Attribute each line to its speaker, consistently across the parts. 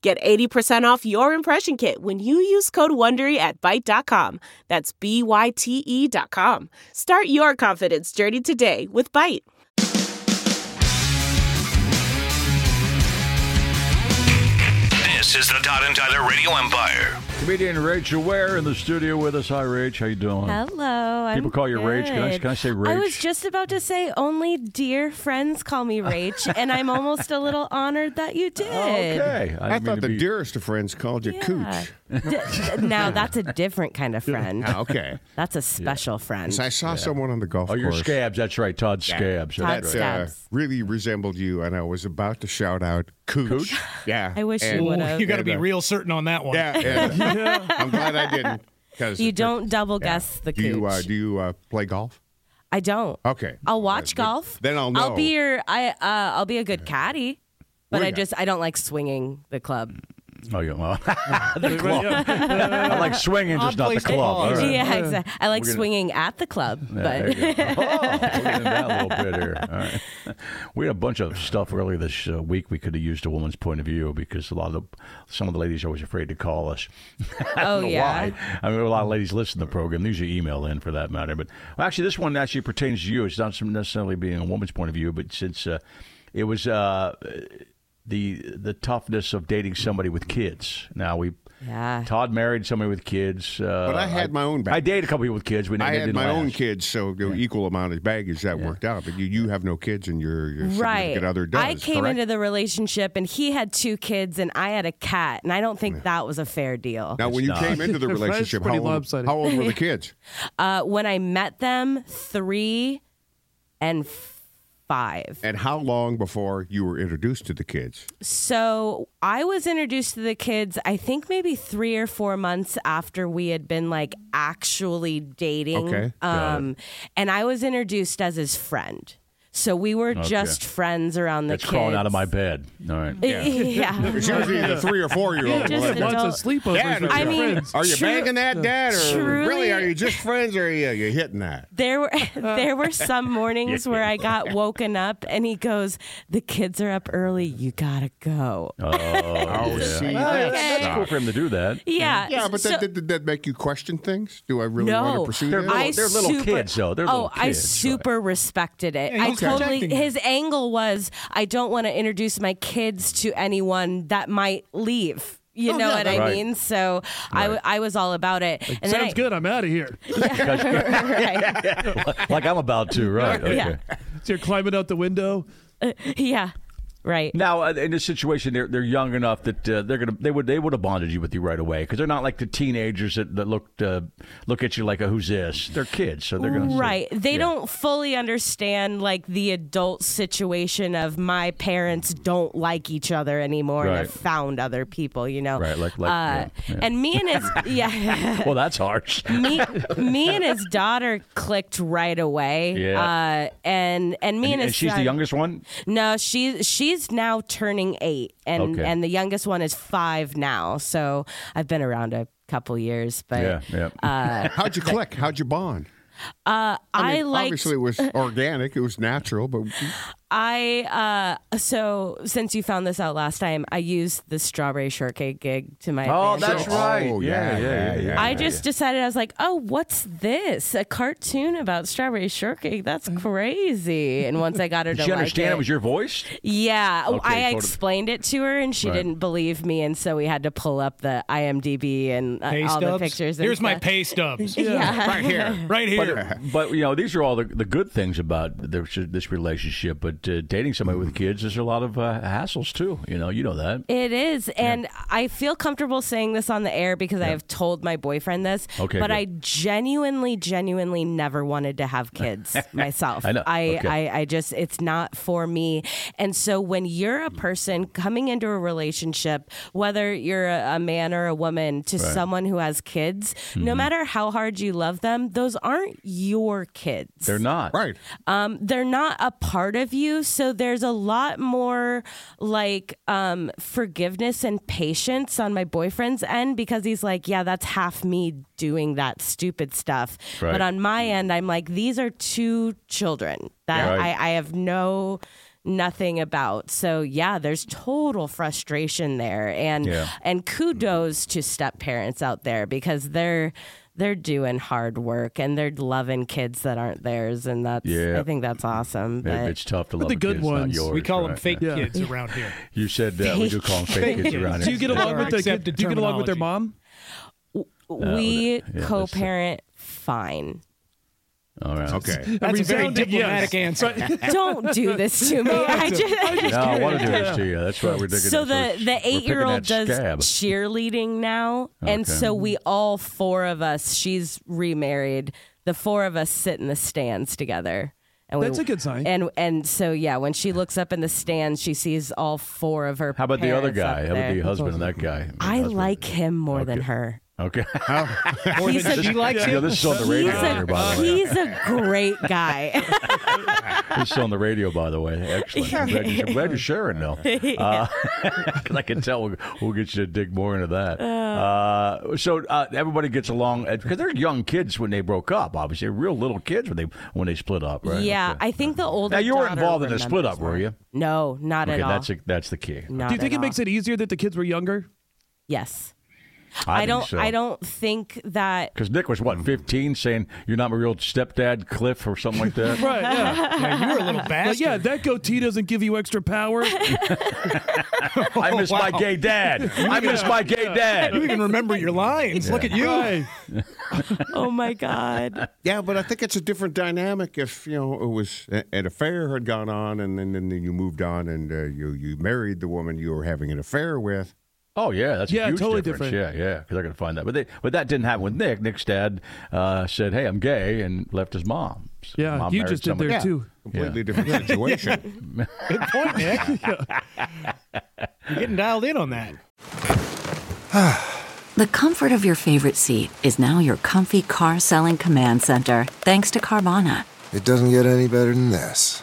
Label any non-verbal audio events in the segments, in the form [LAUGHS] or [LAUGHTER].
Speaker 1: Get 80% off your impression kit when you use code WONDERY at Byte.com. That's B-Y-T-E E dot com. Start your confidence journey today with Byte.
Speaker 2: This is the Todd and Tyler Radio Empire.
Speaker 3: Comedian Rachel Ware in the studio with us. Hi, Rach. How you doing?
Speaker 4: Hello. I'm
Speaker 3: People call you Rach. Can I-
Speaker 4: good.
Speaker 3: can I say
Speaker 4: I
Speaker 3: Rach?
Speaker 4: was just about to say only dear friends call me Rach, and I'm almost a
Speaker 3: [LAUGHS]
Speaker 4: little honored that you did.
Speaker 3: Okay.
Speaker 5: I,
Speaker 3: didn't mean
Speaker 5: thought
Speaker 3: to
Speaker 5: the
Speaker 3: be-
Speaker 5: dearest of friends called you
Speaker 4: Yeah.
Speaker 5: Cooch.
Speaker 4: D- now that's a different
Speaker 3: [LAUGHS]
Speaker 4: kind of friend.
Speaker 5: Ah, okay.
Speaker 4: That's a special friend.
Speaker 5: 'Cause I saw someone on the golf
Speaker 3: Oh, you're
Speaker 5: course
Speaker 3: scabs. That's right, Todd Scabs.
Speaker 4: Todd
Speaker 3: That's
Speaker 5: that
Speaker 3: right.
Speaker 5: uh,
Speaker 4: Scabs.
Speaker 5: really resembled you, and I was about to shout out Cooch. [LAUGHS] Yeah.
Speaker 4: I wish you
Speaker 5: and- uh,
Speaker 4: would've. Ooh,
Speaker 6: You got to be real certain on that one.
Speaker 5: Yeah.
Speaker 6: [LAUGHS]
Speaker 5: and, uh, I'm glad I didn't. 'cause
Speaker 4: you
Speaker 5: it-
Speaker 4: don't double guess the
Speaker 5: Do you, uh,
Speaker 4: cooch.
Speaker 5: do you uh, play golf?
Speaker 4: I don't.
Speaker 5: Okay.
Speaker 4: I'll watch
Speaker 5: Then-
Speaker 4: golf.
Speaker 5: then I'll
Speaker 4: I'll
Speaker 5: know.
Speaker 4: be your. I. Uh, I'll be a good caddy, but
Speaker 5: Well,
Speaker 4: I
Speaker 5: yeah.
Speaker 4: just I don't like swinging the club.
Speaker 3: Oh, yeah.
Speaker 5: [LAUGHS]
Speaker 3: Well, [LAUGHS] the club. I like swinging, just not the
Speaker 6: place to
Speaker 3: club.
Speaker 6: pause.
Speaker 3: All right.
Speaker 4: Yeah, exactly. I like
Speaker 3: We're gonna-
Speaker 4: swinging at the club,
Speaker 3: Yeah,
Speaker 4: but. [LAUGHS]
Speaker 3: there you go. Oh, we're getting that little
Speaker 5: [LAUGHS]
Speaker 3: bit here. All right. [LAUGHS] We had a bunch of stuff earlier this uh, week we could have used a woman's point of view because a lot of the, some of the ladies are always afraid to call us. [LAUGHS]
Speaker 4: Oh yeah.
Speaker 3: Why? I mean, a lot of ladies listen to the program. These are email in for that matter. But well, actually, this one actually pertains to you. It's not some- necessarily being a woman's point of view, but since uh, it was uh, the the toughness of dating somebody with kids. Now we.
Speaker 4: Yeah.
Speaker 3: Todd married somebody with kids. Uh,
Speaker 5: But I had my own back.
Speaker 3: I dated a couple people with kids. We
Speaker 5: I
Speaker 3: it
Speaker 5: had
Speaker 3: didn't
Speaker 5: my own
Speaker 3: last.
Speaker 5: kids, so the equal amount of baggage that worked out. But you, you have no kids, and your, your
Speaker 4: Right.
Speaker 5: significant other does.
Speaker 4: I came
Speaker 5: correct?
Speaker 4: into the relationship and he had two kids and I had a cat, and I don't think that was a fair deal.
Speaker 5: Now, when you
Speaker 3: not.
Speaker 5: came
Speaker 3: [LAUGHS]
Speaker 5: into the relationship, how
Speaker 6: pretty
Speaker 5: old,
Speaker 6: lopsided.
Speaker 5: how old
Speaker 4: [LAUGHS]
Speaker 5: were the kids?
Speaker 4: Uh, when I met them, three and five.
Speaker 5: And how long before you were introduced to the kids?
Speaker 4: So I was introduced to the kids, I think maybe three or four months after we had been like actually dating.
Speaker 5: Okay,
Speaker 4: Um, and I was introduced as his friend. So we were just friends around the
Speaker 3: That's
Speaker 4: kids.
Speaker 3: crawling out [LAUGHS] of my bed. All right.
Speaker 4: [LAUGHS] yeah.
Speaker 5: It's usually the three or four year old.
Speaker 6: Lots
Speaker 4: Just adult-
Speaker 6: of sleepovers
Speaker 5: Yeah,
Speaker 6: with
Speaker 4: I
Speaker 6: your
Speaker 4: mean,
Speaker 6: friends.
Speaker 5: Are you
Speaker 4: True-
Speaker 5: banging that, Dad? Or
Speaker 4: Truly-
Speaker 5: really, are you just friends or are you, you hitting that?
Speaker 4: There were [LAUGHS] there
Speaker 5: [LAUGHS]
Speaker 4: were some mornings where I got woken up and he goes, "The kids are up early. You gotta go."
Speaker 5: Oh, see,
Speaker 3: Well,
Speaker 5: that's-
Speaker 3: That's cool for him to do that.
Speaker 4: yeah.
Speaker 5: Yeah, but
Speaker 4: so-
Speaker 5: that, did, did that make you question things? Do I really want
Speaker 4: no,
Speaker 5: to pursue
Speaker 3: They're
Speaker 5: that?
Speaker 3: little- they're little kids, though. They're
Speaker 4: oh,
Speaker 3: little
Speaker 4: I
Speaker 3: kids, so-
Speaker 4: super respected it.
Speaker 6: Yeah,
Speaker 4: I
Speaker 6: he's
Speaker 4: totally.
Speaker 6: protecting them.
Speaker 4: His angle was, I don't want to introduce my kids to anyone that might leave.
Speaker 6: Oh,
Speaker 4: You know what I
Speaker 3: Right.
Speaker 4: mean? So I w I I, was all about it. and then
Speaker 6: Sounds
Speaker 4: I-
Speaker 6: good. I'm out of here.
Speaker 4: [LAUGHS]
Speaker 3: [LAUGHS]
Speaker 4: Right.
Speaker 3: Like I'm about to, right? Okay.
Speaker 4: Yeah.
Speaker 6: So you're climbing out the window.
Speaker 4: [LAUGHS] yeah. Right.
Speaker 3: Now, uh, in this situation, they're they're young enough that uh, they're gonna they would they would have bonded you with you right away because they're not like the teenagers that, that looked uh, look at you like a who's this. They're kids, so they're gonna
Speaker 4: right they don't fully understand like the adult situation of my parents don't like each other anymore and
Speaker 3: Right.
Speaker 4: have found other people you know
Speaker 3: Right, like- like-
Speaker 4: uh,
Speaker 3: yeah, yeah.
Speaker 4: and me and
Speaker 3: [LAUGHS]
Speaker 4: his yeah
Speaker 3: Well, that's harsh.
Speaker 4: [LAUGHS] me, me and his daughter clicked right away
Speaker 3: Yeah.
Speaker 4: uh, and and me and,
Speaker 3: And,
Speaker 4: his
Speaker 3: she's the
Speaker 4: son-
Speaker 3: youngest one.
Speaker 4: no she's she's now turning eight and
Speaker 3: Okay.
Speaker 4: and the youngest one is five now so i've been around a couple years but
Speaker 3: Yeah, yeah.
Speaker 5: How'd you
Speaker 4: [LAUGHS]
Speaker 5: click? How'd you bond?
Speaker 4: uh, i,
Speaker 5: mean,
Speaker 4: liked [LAUGHS]
Speaker 5: Obviously, it was organic, it was natural, but
Speaker 4: I uh so since you found this out last time, I used the strawberry shortcake gig to my
Speaker 3: Oh,
Speaker 4: advantage.
Speaker 3: that's right.
Speaker 5: Oh,
Speaker 3: yeah, yeah,
Speaker 5: yeah,
Speaker 3: yeah.
Speaker 5: yeah,
Speaker 3: yeah,
Speaker 4: I
Speaker 3: yeah,
Speaker 4: just decided I was like, "Oh, what's this? A cartoon about strawberry shortcake? That's crazy!" And once I got her
Speaker 3: yeah.
Speaker 4: to
Speaker 3: Mm. Did she
Speaker 4: like
Speaker 3: understand
Speaker 4: it,
Speaker 3: it was
Speaker 6: [LAUGHS]
Speaker 3: your voice?
Speaker 4: yeah, Oh,
Speaker 3: Okay,
Speaker 4: I
Speaker 3: totally.
Speaker 4: explained it to her, and she
Speaker 3: Right.
Speaker 4: didn't believe me, and so we had to pull up the IMDb and uh,
Speaker 6: Pay
Speaker 4: all the
Speaker 6: stubs?
Speaker 4: pictures. And
Speaker 6: Here's my
Speaker 4: stuff.
Speaker 6: pay stubs.
Speaker 4: Yeah.
Speaker 5: Right
Speaker 3: [LAUGHS]
Speaker 5: here.
Speaker 6: Right here.
Speaker 3: But, but you know, these are all the, the good things about this, this relationship. But uh, dating somebody with kids, there's a lot of uh, hassles too. You know, you know that.
Speaker 4: It is. And I feel comfortable saying this on the air because I have told my boyfriend this.
Speaker 3: Okay,
Speaker 4: But
Speaker 3: good.
Speaker 4: I genuinely, genuinely never wanted to have
Speaker 3: [LAUGHS]
Speaker 4: kids myself.
Speaker 3: I know.
Speaker 4: I,
Speaker 3: Okay.
Speaker 4: I, I just, it's not for me. And so when you're a person coming into a relationship, whether you're a, a man or a woman, to someone who has kids, no
Speaker 3: Mm-hmm.
Speaker 4: matter how hard you love them, those aren't your kids
Speaker 3: They're not
Speaker 5: Right.
Speaker 4: um, they're not a part of you. So there's a lot more like um, forgiveness and patience on my boyfriend's end because he's like, yeah, that's half me doing that stupid stuff.
Speaker 3: Right.
Speaker 4: But on my end, I'm like, these are two children that
Speaker 3: Right.
Speaker 4: I, I have no nothing about so yeah there's total frustration there and
Speaker 3: Yeah.
Speaker 4: and kudos to step parents out there because they're they're doing hard work and they're loving kids that aren't theirs and that's
Speaker 3: Yeah.
Speaker 4: I think that's awesome.
Speaker 3: It-
Speaker 4: But
Speaker 3: It's tough to
Speaker 6: But
Speaker 3: love
Speaker 6: the
Speaker 3: a
Speaker 6: good
Speaker 3: kid, it's not
Speaker 6: ones.
Speaker 3: yours,
Speaker 6: we call them
Speaker 3: right?
Speaker 6: fake
Speaker 3: Yeah.
Speaker 6: kids around here.
Speaker 3: [LAUGHS] You said uh, we do call them fake kids around
Speaker 6: Do
Speaker 3: here.
Speaker 6: you get along with the kid? Do you get along with their mom?
Speaker 4: we
Speaker 3: that's the-
Speaker 4: co-parent fine.
Speaker 3: All right.
Speaker 5: Okay.
Speaker 6: That's a very
Speaker 5: diplomatic
Speaker 6: answer.
Speaker 4: [LAUGHS] Don't do this to me. I just,
Speaker 3: No, I want to do this to you. That's why we're digging.
Speaker 4: so
Speaker 3: it.
Speaker 4: the
Speaker 3: it's-
Speaker 4: the
Speaker 3: we're picking
Speaker 4: eight year old
Speaker 3: that
Speaker 4: does
Speaker 3: scab.
Speaker 4: cheerleading now, and
Speaker 3: Okay.
Speaker 4: so we all four of us. She's remarried. The four of us sit in the stands together. And
Speaker 6: That's a good sign.
Speaker 4: And and so yeah, when she looks up in the stands, she sees all four of her.
Speaker 3: How about the other
Speaker 4: parents up
Speaker 3: guy? How about the
Speaker 4: there.
Speaker 3: husband and that guy?
Speaker 4: I
Speaker 3: Husband.
Speaker 4: like him more than
Speaker 3: Okay.
Speaker 4: her.
Speaker 3: [LAUGHS] Okay.
Speaker 6: More
Speaker 4: He's
Speaker 6: than
Speaker 4: a-
Speaker 6: she likes
Speaker 3: Yeah,
Speaker 6: you.
Speaker 3: this is on the
Speaker 4: He's
Speaker 3: radio.
Speaker 4: a,
Speaker 3: here, by the way. [LAUGHS]
Speaker 4: he's a great guy.
Speaker 3: He's still on the radio, by the way. Excellent. I'm glad, you're, I'm glad
Speaker 4: [LAUGHS]
Speaker 3: you're sharing now. [LAUGHS] Because I can tell we'll, we'll get you to dig more into that. Uh, so uh, everybody gets along because they're young kids when they broke up. Obviously, they're real little kids when they when they split up, right?
Speaker 4: yeah,
Speaker 3: Okay.
Speaker 4: I think the older.
Speaker 3: now you were
Speaker 4: daughter
Speaker 3: involved in the split
Speaker 4: remembers
Speaker 3: up, were you?
Speaker 4: more. No, not
Speaker 3: Okay,
Speaker 4: at all.
Speaker 3: that's a, that's the key.
Speaker 4: Not
Speaker 6: Do you think
Speaker 4: at
Speaker 6: it makes
Speaker 4: all.
Speaker 6: it easier that the kids were younger?
Speaker 4: Yes.
Speaker 3: I,
Speaker 4: I don't.
Speaker 3: Think so.
Speaker 4: I don't think that
Speaker 3: Because Nick was what 15, saying you're not my real stepdad, Cliff, or something like
Speaker 4: [LAUGHS]
Speaker 3: that.
Speaker 6: Right. [LAUGHS] Yeah.
Speaker 5: you were a little bastard.
Speaker 6: Like, yeah, that goatee doesn't give you extra [LAUGHS] power.
Speaker 3: [LAUGHS] I miss my
Speaker 6: [LAUGHS]
Speaker 3: gay dad. I miss my gay
Speaker 6: You [LAUGHS]
Speaker 3: dad.
Speaker 6: even remember your lines. Look at you.
Speaker 4: Oh my God.
Speaker 5: Yeah, but I think it's a different dynamic if you know it was a- an affair had gone on, and then then you moved on, and uh, you you married the woman you were having an affair with.
Speaker 3: Oh yeah, that's
Speaker 6: Yeah,
Speaker 3: a huge
Speaker 6: totally
Speaker 3: difference.
Speaker 6: different.
Speaker 3: Yeah, yeah, because I could find that. But they, but that didn't happen with Nick. Nick's dad uh, said, "Hey, I'm gay," and left his mom. So
Speaker 6: Yeah,
Speaker 3: mom
Speaker 6: you
Speaker 3: married
Speaker 6: just did
Speaker 3: somebody-
Speaker 6: there too.
Speaker 5: Completely
Speaker 3: [LAUGHS]
Speaker 5: different situation.
Speaker 6: [LAUGHS] You're getting dialed in on that.
Speaker 7: The comfort of your favorite seat is now your comfy car selling command center, thanks to Carvana.
Speaker 8: It doesn't get any better than this.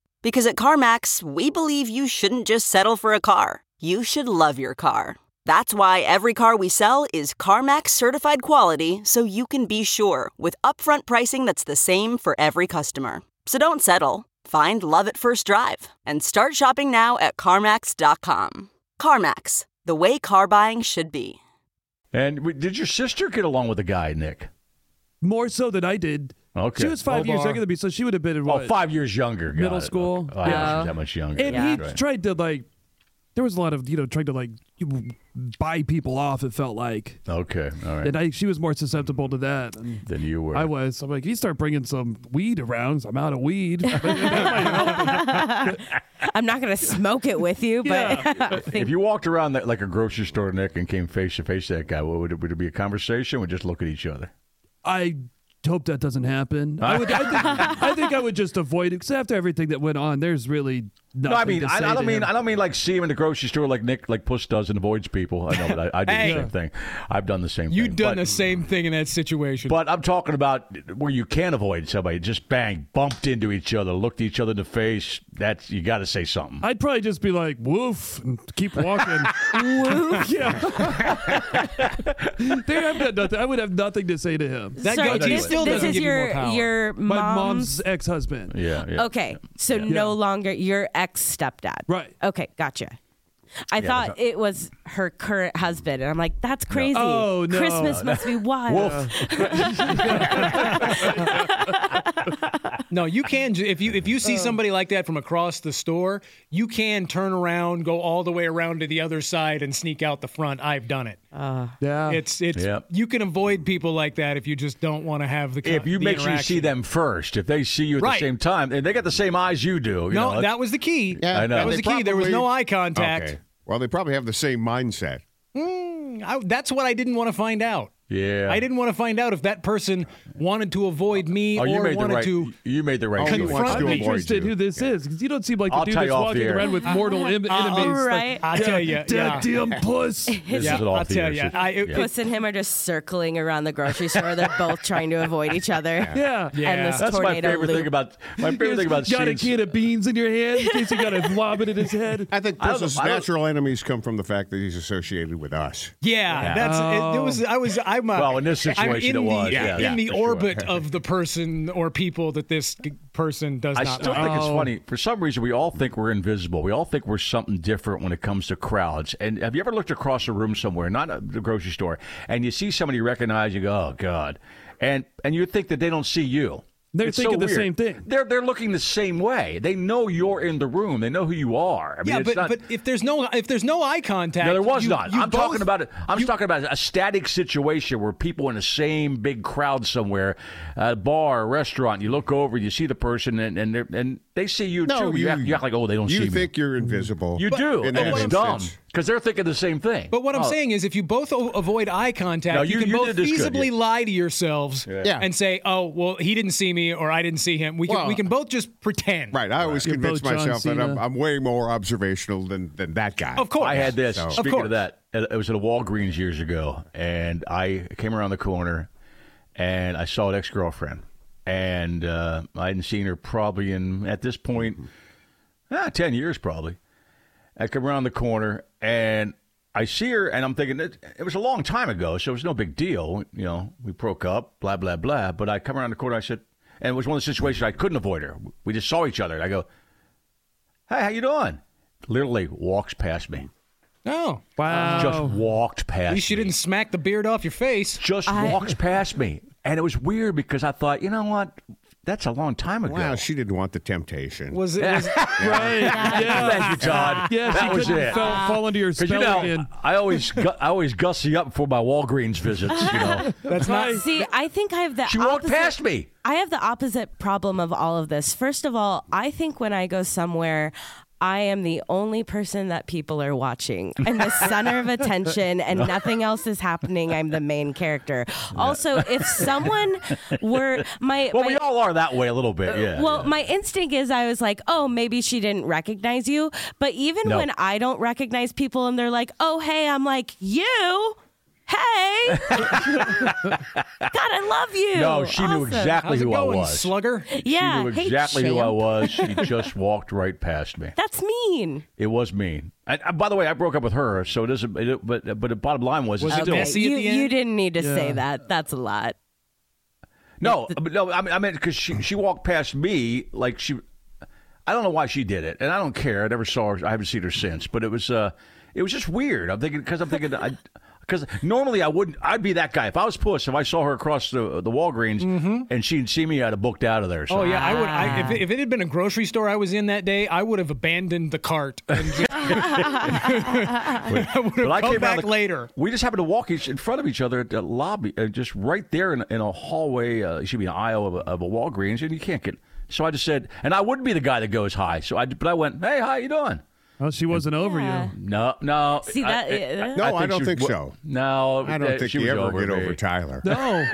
Speaker 9: Because at CarMax, we believe you shouldn't just settle for a car, you should love your car. That's why every car we sell is CarMax certified quality so you can be sure with upfront pricing that's the same for every customer. So don't settle. Find love at first drive and start shopping now at CarMax.com. CarMax, the way car buying should be.
Speaker 3: And w- did your sister get along with the guy, Nick?
Speaker 6: More so than I did.
Speaker 3: Okay.
Speaker 6: She was five years
Speaker 5: Omar.
Speaker 6: younger than me, so she would have been in
Speaker 3: Oh,
Speaker 6: what?
Speaker 3: five years younger. Got
Speaker 6: Middle
Speaker 3: it.
Speaker 6: school.
Speaker 3: Okay. Oh, yeah,
Speaker 4: Yeah.
Speaker 3: she's that much younger.
Speaker 6: And he
Speaker 3: Yeah, right.
Speaker 6: tried to like. There was a lot of you know trying to like you- buy people off. It felt like,
Speaker 3: Okay, all right.
Speaker 6: and I she was more susceptible to that. And
Speaker 3: then you were.
Speaker 6: I was. I'm like, you start bringing some weed around. 'cause I'm out
Speaker 9: [LAUGHS]
Speaker 6: of weed. That might help.
Speaker 4: I'm not gonna smoke it with you, but I
Speaker 3: if
Speaker 4: think
Speaker 3: you walked around that, like a grocery store, Nick, and came face to face to that guy, what would it, would it be a conversation? Or just look at each other?
Speaker 6: I hope
Speaker 3: [LAUGHS]
Speaker 6: that doesn't happen. I would. I think, I think I would just avoid it because after everything that went on, there's really
Speaker 3: No, I mean, I, I don't mean, I don't mean like see him in the grocery store like Nick, like Puss does and avoids people. I know, but I, I do
Speaker 10: Hey.
Speaker 3: the same thing. I've done the same
Speaker 10: You've
Speaker 3: thing.
Speaker 10: done
Speaker 3: but,
Speaker 10: the same thing in that situation.
Speaker 3: But I'm talking about where you can avoid somebody. Just bang, bumped into each other, looked each other in the face. That's you got to say
Speaker 10: Uh,
Speaker 3: something.
Speaker 6: I'd probably just be like, woof, and keep
Speaker 3: [LAUGHS]
Speaker 6: walking. woof? Yeah. they have done nothing. I would have nothing to say to him.
Speaker 9: That [LAUGHS] Sorry, guy- this- he still this doesn't is give you your- more power. your
Speaker 6: My
Speaker 9: mom's-
Speaker 6: mom's ex husband.
Speaker 3: Yeah,
Speaker 10: uh,
Speaker 9: Okay, so no longer your ex stepdad. Right. Okay, gotcha. I
Speaker 6: Yeah,
Speaker 9: thought
Speaker 6: that's-
Speaker 9: it was her current husband, and I'm like, that's crazy.
Speaker 6: Oh, no.
Speaker 9: Christmas must be wild.
Speaker 10: No, you can ju- if you if you
Speaker 3: Oh.
Speaker 10: see somebody like that from across the store, you can turn around, go all the way around to the other side, and sneak out the front. I've done it.
Speaker 6: yeah,
Speaker 10: it's it's
Speaker 3: Yep.
Speaker 10: you can avoid people like that if you just don't want to have the. co-
Speaker 3: If you
Speaker 10: the
Speaker 3: make sure you see
Speaker 10: interaction.
Speaker 3: them first, if they see you at
Speaker 10: Right.
Speaker 3: the same time, and they got the same eyes you do. you know,
Speaker 10: No,
Speaker 3: that's-
Speaker 10: that was the key.
Speaker 3: I know.
Speaker 10: that was the key. There was no eye contact.
Speaker 4: Okay. Well, they probably have the same mindset.
Speaker 10: Mm, I, that's what I didn't want to find out.
Speaker 3: Yeah.
Speaker 10: I didn't want to find out if that person wanted to avoid me
Speaker 3: Oh, you
Speaker 10: or
Speaker 3: made the
Speaker 10: wanted
Speaker 3: right.
Speaker 10: to.
Speaker 3: You made the right.
Speaker 10: confront
Speaker 3: choice.
Speaker 10: me.
Speaker 6: I'm interested who this is because you don't seem like the
Speaker 3: I'll
Speaker 6: dude
Speaker 3: tell
Speaker 6: that's
Speaker 3: you off
Speaker 6: walking
Speaker 3: the air.
Speaker 6: around
Speaker 9: [LAUGHS]
Speaker 6: with mortal em-
Speaker 9: Uh,
Speaker 6: enemies.
Speaker 9: right.
Speaker 6: Like,
Speaker 9: I'll
Speaker 6: "Yeah,
Speaker 9: tell ya,
Speaker 6: that
Speaker 9: yeah."
Speaker 6: damn puss.
Speaker 9: [LAUGHS] This
Speaker 3: is all
Speaker 10: I'll tell you.
Speaker 3: theater.
Speaker 10: I, it-
Speaker 9: Puss and him are just circling around the grocery store. They're both trying to avoid each other.
Speaker 6: Yeah.
Speaker 9: [LAUGHS] And this
Speaker 3: That's my
Speaker 9: tornado
Speaker 3: favorite
Speaker 9: loop.
Speaker 3: thing about my favorite thing about
Speaker 6: got a
Speaker 3: scenes.
Speaker 6: can of beans in your hand in case you got
Speaker 3: [LAUGHS]
Speaker 6: to lob it in his head.
Speaker 4: I think
Speaker 6: I don't
Speaker 4: Puss's
Speaker 6: know- I don't-
Speaker 4: natural enemies come from the fact that he's associated with us.
Speaker 10: Yeah,
Speaker 4: Yeah.
Speaker 10: that's it, it. Was I was I'm a,
Speaker 4: Well, in this
Speaker 10: I'm
Speaker 4: situation,
Speaker 10: in
Speaker 4: it was,
Speaker 10: the,
Speaker 4: yeah,
Speaker 10: in
Speaker 4: yeah,
Speaker 10: the
Speaker 4: for sure.
Speaker 10: orbit of the person or people that this g- person does
Speaker 3: I
Speaker 10: not.
Speaker 3: still
Speaker 10: like.
Speaker 3: think it's funny. For some reason, we all think we're invisible. We all think we're something different when it comes to crowds. And have you ever looked across a room somewhere, not at the grocery store, and you see somebody you recognize? You go, "Oh God," and and you think that they don't see you.
Speaker 6: They're
Speaker 3: It's so
Speaker 6: thinking the
Speaker 3: weird.
Speaker 6: same thing.
Speaker 3: They're they're looking the same way. They know you're in the room. They know who you are. I mean,
Speaker 10: yeah,
Speaker 3: it's
Speaker 10: but
Speaker 3: not,
Speaker 10: but if there's no if there's no eye contact,
Speaker 3: no, there was
Speaker 10: you-
Speaker 3: not.
Speaker 10: you
Speaker 3: I'm talking
Speaker 10: both-
Speaker 3: about it. I'm just talking about a static situation where people in the same big crowd somewhere, a bar, a restaurant. You look over, you see the person, and and, they're- and they see you too. You, act, you act like, oh, they don't
Speaker 4: you
Speaker 3: see me.
Speaker 4: think you're invisible.
Speaker 3: You do,
Speaker 4: in
Speaker 3: and
Speaker 4: that
Speaker 3: it's dumb
Speaker 4: instance.
Speaker 3: because they're thinking the same thing.
Speaker 10: But what I'm
Speaker 3: Oh,
Speaker 10: saying is, if you both o- avoid eye contact,
Speaker 3: No,
Speaker 10: you,
Speaker 3: you-
Speaker 10: can
Speaker 3: you
Speaker 10: both
Speaker 3: did this good,
Speaker 10: feasibly
Speaker 3: yeah.
Speaker 10: lie to yourselves
Speaker 4: Yeah.
Speaker 10: and say, "Oh, well, he didn't see me, or I didn't see him." We can
Speaker 4: Well,
Speaker 10: we can both just pretend.
Speaker 4: Right. I always
Speaker 10: You're
Speaker 4: convince
Speaker 10: both John
Speaker 4: myself that I'm,
Speaker 10: Cena.
Speaker 4: I'm way more observational than, than that guy.
Speaker 10: Of course.
Speaker 3: I had this.
Speaker 4: So-
Speaker 3: Speaking of that, it it was at a Walgreens years ago, and I came around the corner, and I saw an ex girlfriend, and uh, I hadn't seen her probably in at this point, ah, ten years probably. I come around the corner, and I see her, and I'm thinking it, it was a long time ago, so it was no big deal. You know, we broke up, blah blah blah. But I come around the corner, I said, and it was one of the situations I couldn't avoid her. We just saw each other, and I go, "Hey, how you doing?" Literally walks past me.
Speaker 10: No.
Speaker 3: Just walked
Speaker 10: At
Speaker 3: past.
Speaker 10: least you didn't smack the beard off your face.
Speaker 3: Just walks past me, and it was weird because I thought, you know what? That's a long time ago.
Speaker 4: Wow, she didn't want the temptation.
Speaker 10: Was it?
Speaker 3: [LAUGHS]
Speaker 10: Was,
Speaker 6: Right. Yeah.
Speaker 3: Thank you, Todd.
Speaker 6: Yeah,
Speaker 3: that
Speaker 6: she
Speaker 3: was
Speaker 6: couldn't
Speaker 3: it.
Speaker 6: fall- fall into your
Speaker 3: 'Cause you
Speaker 6: spell
Speaker 3: know,
Speaker 6: again.
Speaker 3: I always, gu- I always gussy up for my Walgreens visits. You know,
Speaker 10: That's
Speaker 9: Well, See, I think I have the.
Speaker 3: She walked
Speaker 9: opposite,
Speaker 3: past me.
Speaker 9: I have the opposite problem of all of this. First of all, I think when I go somewhere. I am the only person that people are watching. I'm the center
Speaker 3: [LAUGHS]
Speaker 9: of attention and nothing else is happening. I'm the main character. Also, if someone were my
Speaker 3: well,
Speaker 9: my-
Speaker 3: we all are that way a little bit. Yeah.
Speaker 9: well,
Speaker 3: yeah.
Speaker 9: my instinct is I was like, oh, maybe she didn't recognize you. But even
Speaker 3: No.
Speaker 9: when I don't recognize people and they're like, oh, hey, I'm like, you?
Speaker 3: [LAUGHS]
Speaker 9: Hey. God, I love you.
Speaker 3: No, she knew
Speaker 9: Awesome.
Speaker 3: exactly who I was.
Speaker 10: Slugger.
Speaker 9: Yeah.
Speaker 3: She knew
Speaker 9: Hey,
Speaker 3: exactly who I
Speaker 9: champ.
Speaker 3: was. She just walked right past me.
Speaker 9: That's mean.
Speaker 3: It was mean. And, uh, by the way, I broke up with her, so it doesn't. It, but but the bottom line was, it's still,
Speaker 9: you, you didn't need to say that. That's a lot.
Speaker 3: No, but no, I mean, I meant because she she walked past me like she, I don't know why she did it, and I don't care. I never saw her. I haven't seen her since. But it was uh, it was just weird. I'm thinking because I'm thinking I. Because normally I wouldn't, I'd be that guy. If I was puss, if I saw her across the the Walgreens and she'd see me, I'd have booked out of there. So.
Speaker 10: Mm-hmm. Oh yeah, I would. I,
Speaker 9: Ah.
Speaker 10: if, it- if it had been a grocery store I was in that day, I would have abandoned the cart
Speaker 9: [LAUGHS]
Speaker 10: and just, I would have
Speaker 3: But I
Speaker 10: come
Speaker 3: came out
Speaker 10: back
Speaker 3: of the-
Speaker 10: later.
Speaker 3: We just happened to walk each in front of each other at the lobby, uh, just right there in, in a hallway. Uh, it should be an aisle of a, of a Walgreens, and you can't get. So I just said, and I wouldn't be the guy that goes hi. So I, but I went, hey, how you doing?
Speaker 6: Oh, she wasn't over you.
Speaker 3: No, no.
Speaker 9: See, that-
Speaker 4: No, I don't
Speaker 3: she
Speaker 4: think
Speaker 3: wa-
Speaker 4: so.
Speaker 3: No,
Speaker 4: I don't
Speaker 3: that
Speaker 4: think
Speaker 3: she
Speaker 4: you
Speaker 3: was
Speaker 4: ever
Speaker 3: over
Speaker 4: get
Speaker 3: me. [LAUGHS]
Speaker 4: over Tyler.
Speaker 6: No.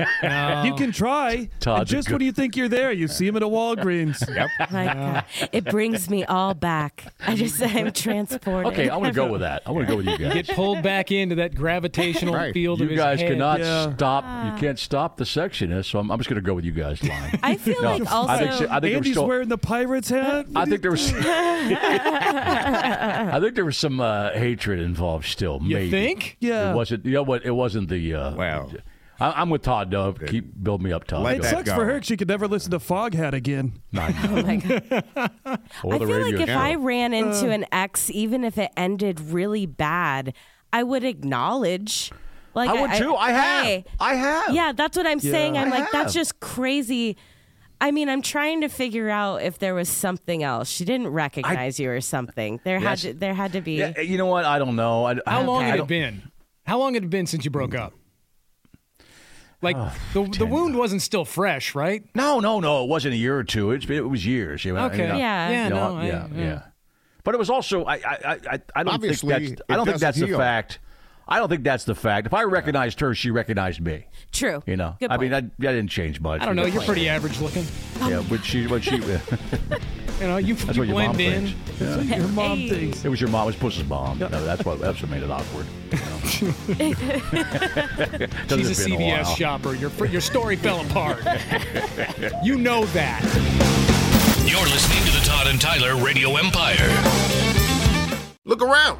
Speaker 6: You can try.
Speaker 3: Todd's
Speaker 6: and
Speaker 3: a
Speaker 6: just
Speaker 3: good-
Speaker 6: when you think you're there, you see him at a Walgreens.
Speaker 4: yep.
Speaker 9: My God. It brings me all back. I just I'm transported.
Speaker 3: Okay, I want to go with that. I want to go with you guys.
Speaker 10: Get pulled back into that gravitational field of his
Speaker 3: you guys
Speaker 10: head.
Speaker 3: cannot stop. You can't stop the sexiness, so I'm, I'm just going to go with you guys. Line.
Speaker 9: I feel
Speaker 3: No,
Speaker 9: like also
Speaker 3: [LAUGHS] I think, she- I think there was
Speaker 6: Andy's
Speaker 3: still-
Speaker 6: wearing the pirate's hat.
Speaker 3: I think there was. [LAUGHS] I think there was some uh, hatred involved still.
Speaker 10: You
Speaker 3: Maybe.
Speaker 10: think?
Speaker 6: Yeah.
Speaker 3: It wasn't. You know what? It wasn't the. Uh,
Speaker 4: Wow.
Speaker 3: I, I'm with Todd. Dove. Keep build me up, Todd.
Speaker 4: Let
Speaker 6: it
Speaker 4: that
Speaker 6: sucks
Speaker 4: go.
Speaker 6: for her. 'cause She could never listen to Foghat again.
Speaker 9: Oh my God.
Speaker 3: Or
Speaker 9: I
Speaker 3: the
Speaker 9: feel like
Speaker 3: radio
Speaker 9: if
Speaker 3: show.
Speaker 9: I ran into an ex, even if it ended really bad, I would acknowledge. Like
Speaker 3: I would too. I have.
Speaker 9: hey.
Speaker 3: I have.
Speaker 9: Yeah, that's what I'm saying.
Speaker 3: Yeah.
Speaker 9: I'm
Speaker 3: I
Speaker 9: like,
Speaker 3: have.
Speaker 9: that's just crazy. I mean, I'm trying to figure out if there was something else. She didn't recognize you or something. There
Speaker 3: Yes.
Speaker 9: had to, there had to be.
Speaker 3: Yeah, you know what? I don't know. I,
Speaker 10: How
Speaker 3: I-
Speaker 10: long
Speaker 3: I
Speaker 10: had it
Speaker 3: don't-
Speaker 10: been? How long had it been since you broke up? Like
Speaker 3: Ah,
Speaker 10: the the wound wasn't still fresh, right?
Speaker 3: No, no, no. It wasn't a year or two. It's it was years. You know,
Speaker 10: Okay.
Speaker 3: you know,
Speaker 9: Yeah.
Speaker 10: Yeah,
Speaker 3: you know,
Speaker 10: no, I-
Speaker 3: yeah,
Speaker 10: yeah.
Speaker 3: yeah. But it was also I I I- I, I don't
Speaker 4: Obviously,
Speaker 3: think that's I
Speaker 4: it
Speaker 3: don't think
Speaker 4: doesn't
Speaker 3: that's the
Speaker 4: heal.
Speaker 3: fact. I don't think that's the fact. If I recognized her, she recognized me.
Speaker 9: True.
Speaker 3: You know,
Speaker 9: Good
Speaker 3: I
Speaker 9: point.
Speaker 3: mean, I, I didn't change much.
Speaker 10: I don't know. You're pretty average looking.
Speaker 3: Yeah, but she, [LAUGHS] but she,
Speaker 10: You know, you,
Speaker 3: that's
Speaker 10: you
Speaker 3: what your mom
Speaker 10: blend in.
Speaker 3: thinks.
Speaker 6: Your mom
Speaker 9: Hey.
Speaker 6: thinks.
Speaker 3: It was your mom. It was Puss's mom. No, that's what that's what made it awkward. you know. Doesn't
Speaker 10: She's a
Speaker 3: have been while.
Speaker 10: CVS shopper. Your fr- your story fell
Speaker 3: [LAUGHS]
Speaker 10: apart. you know that.
Speaker 11: You're listening to the Todd and Tyler Radio Empire.
Speaker 12: Look around.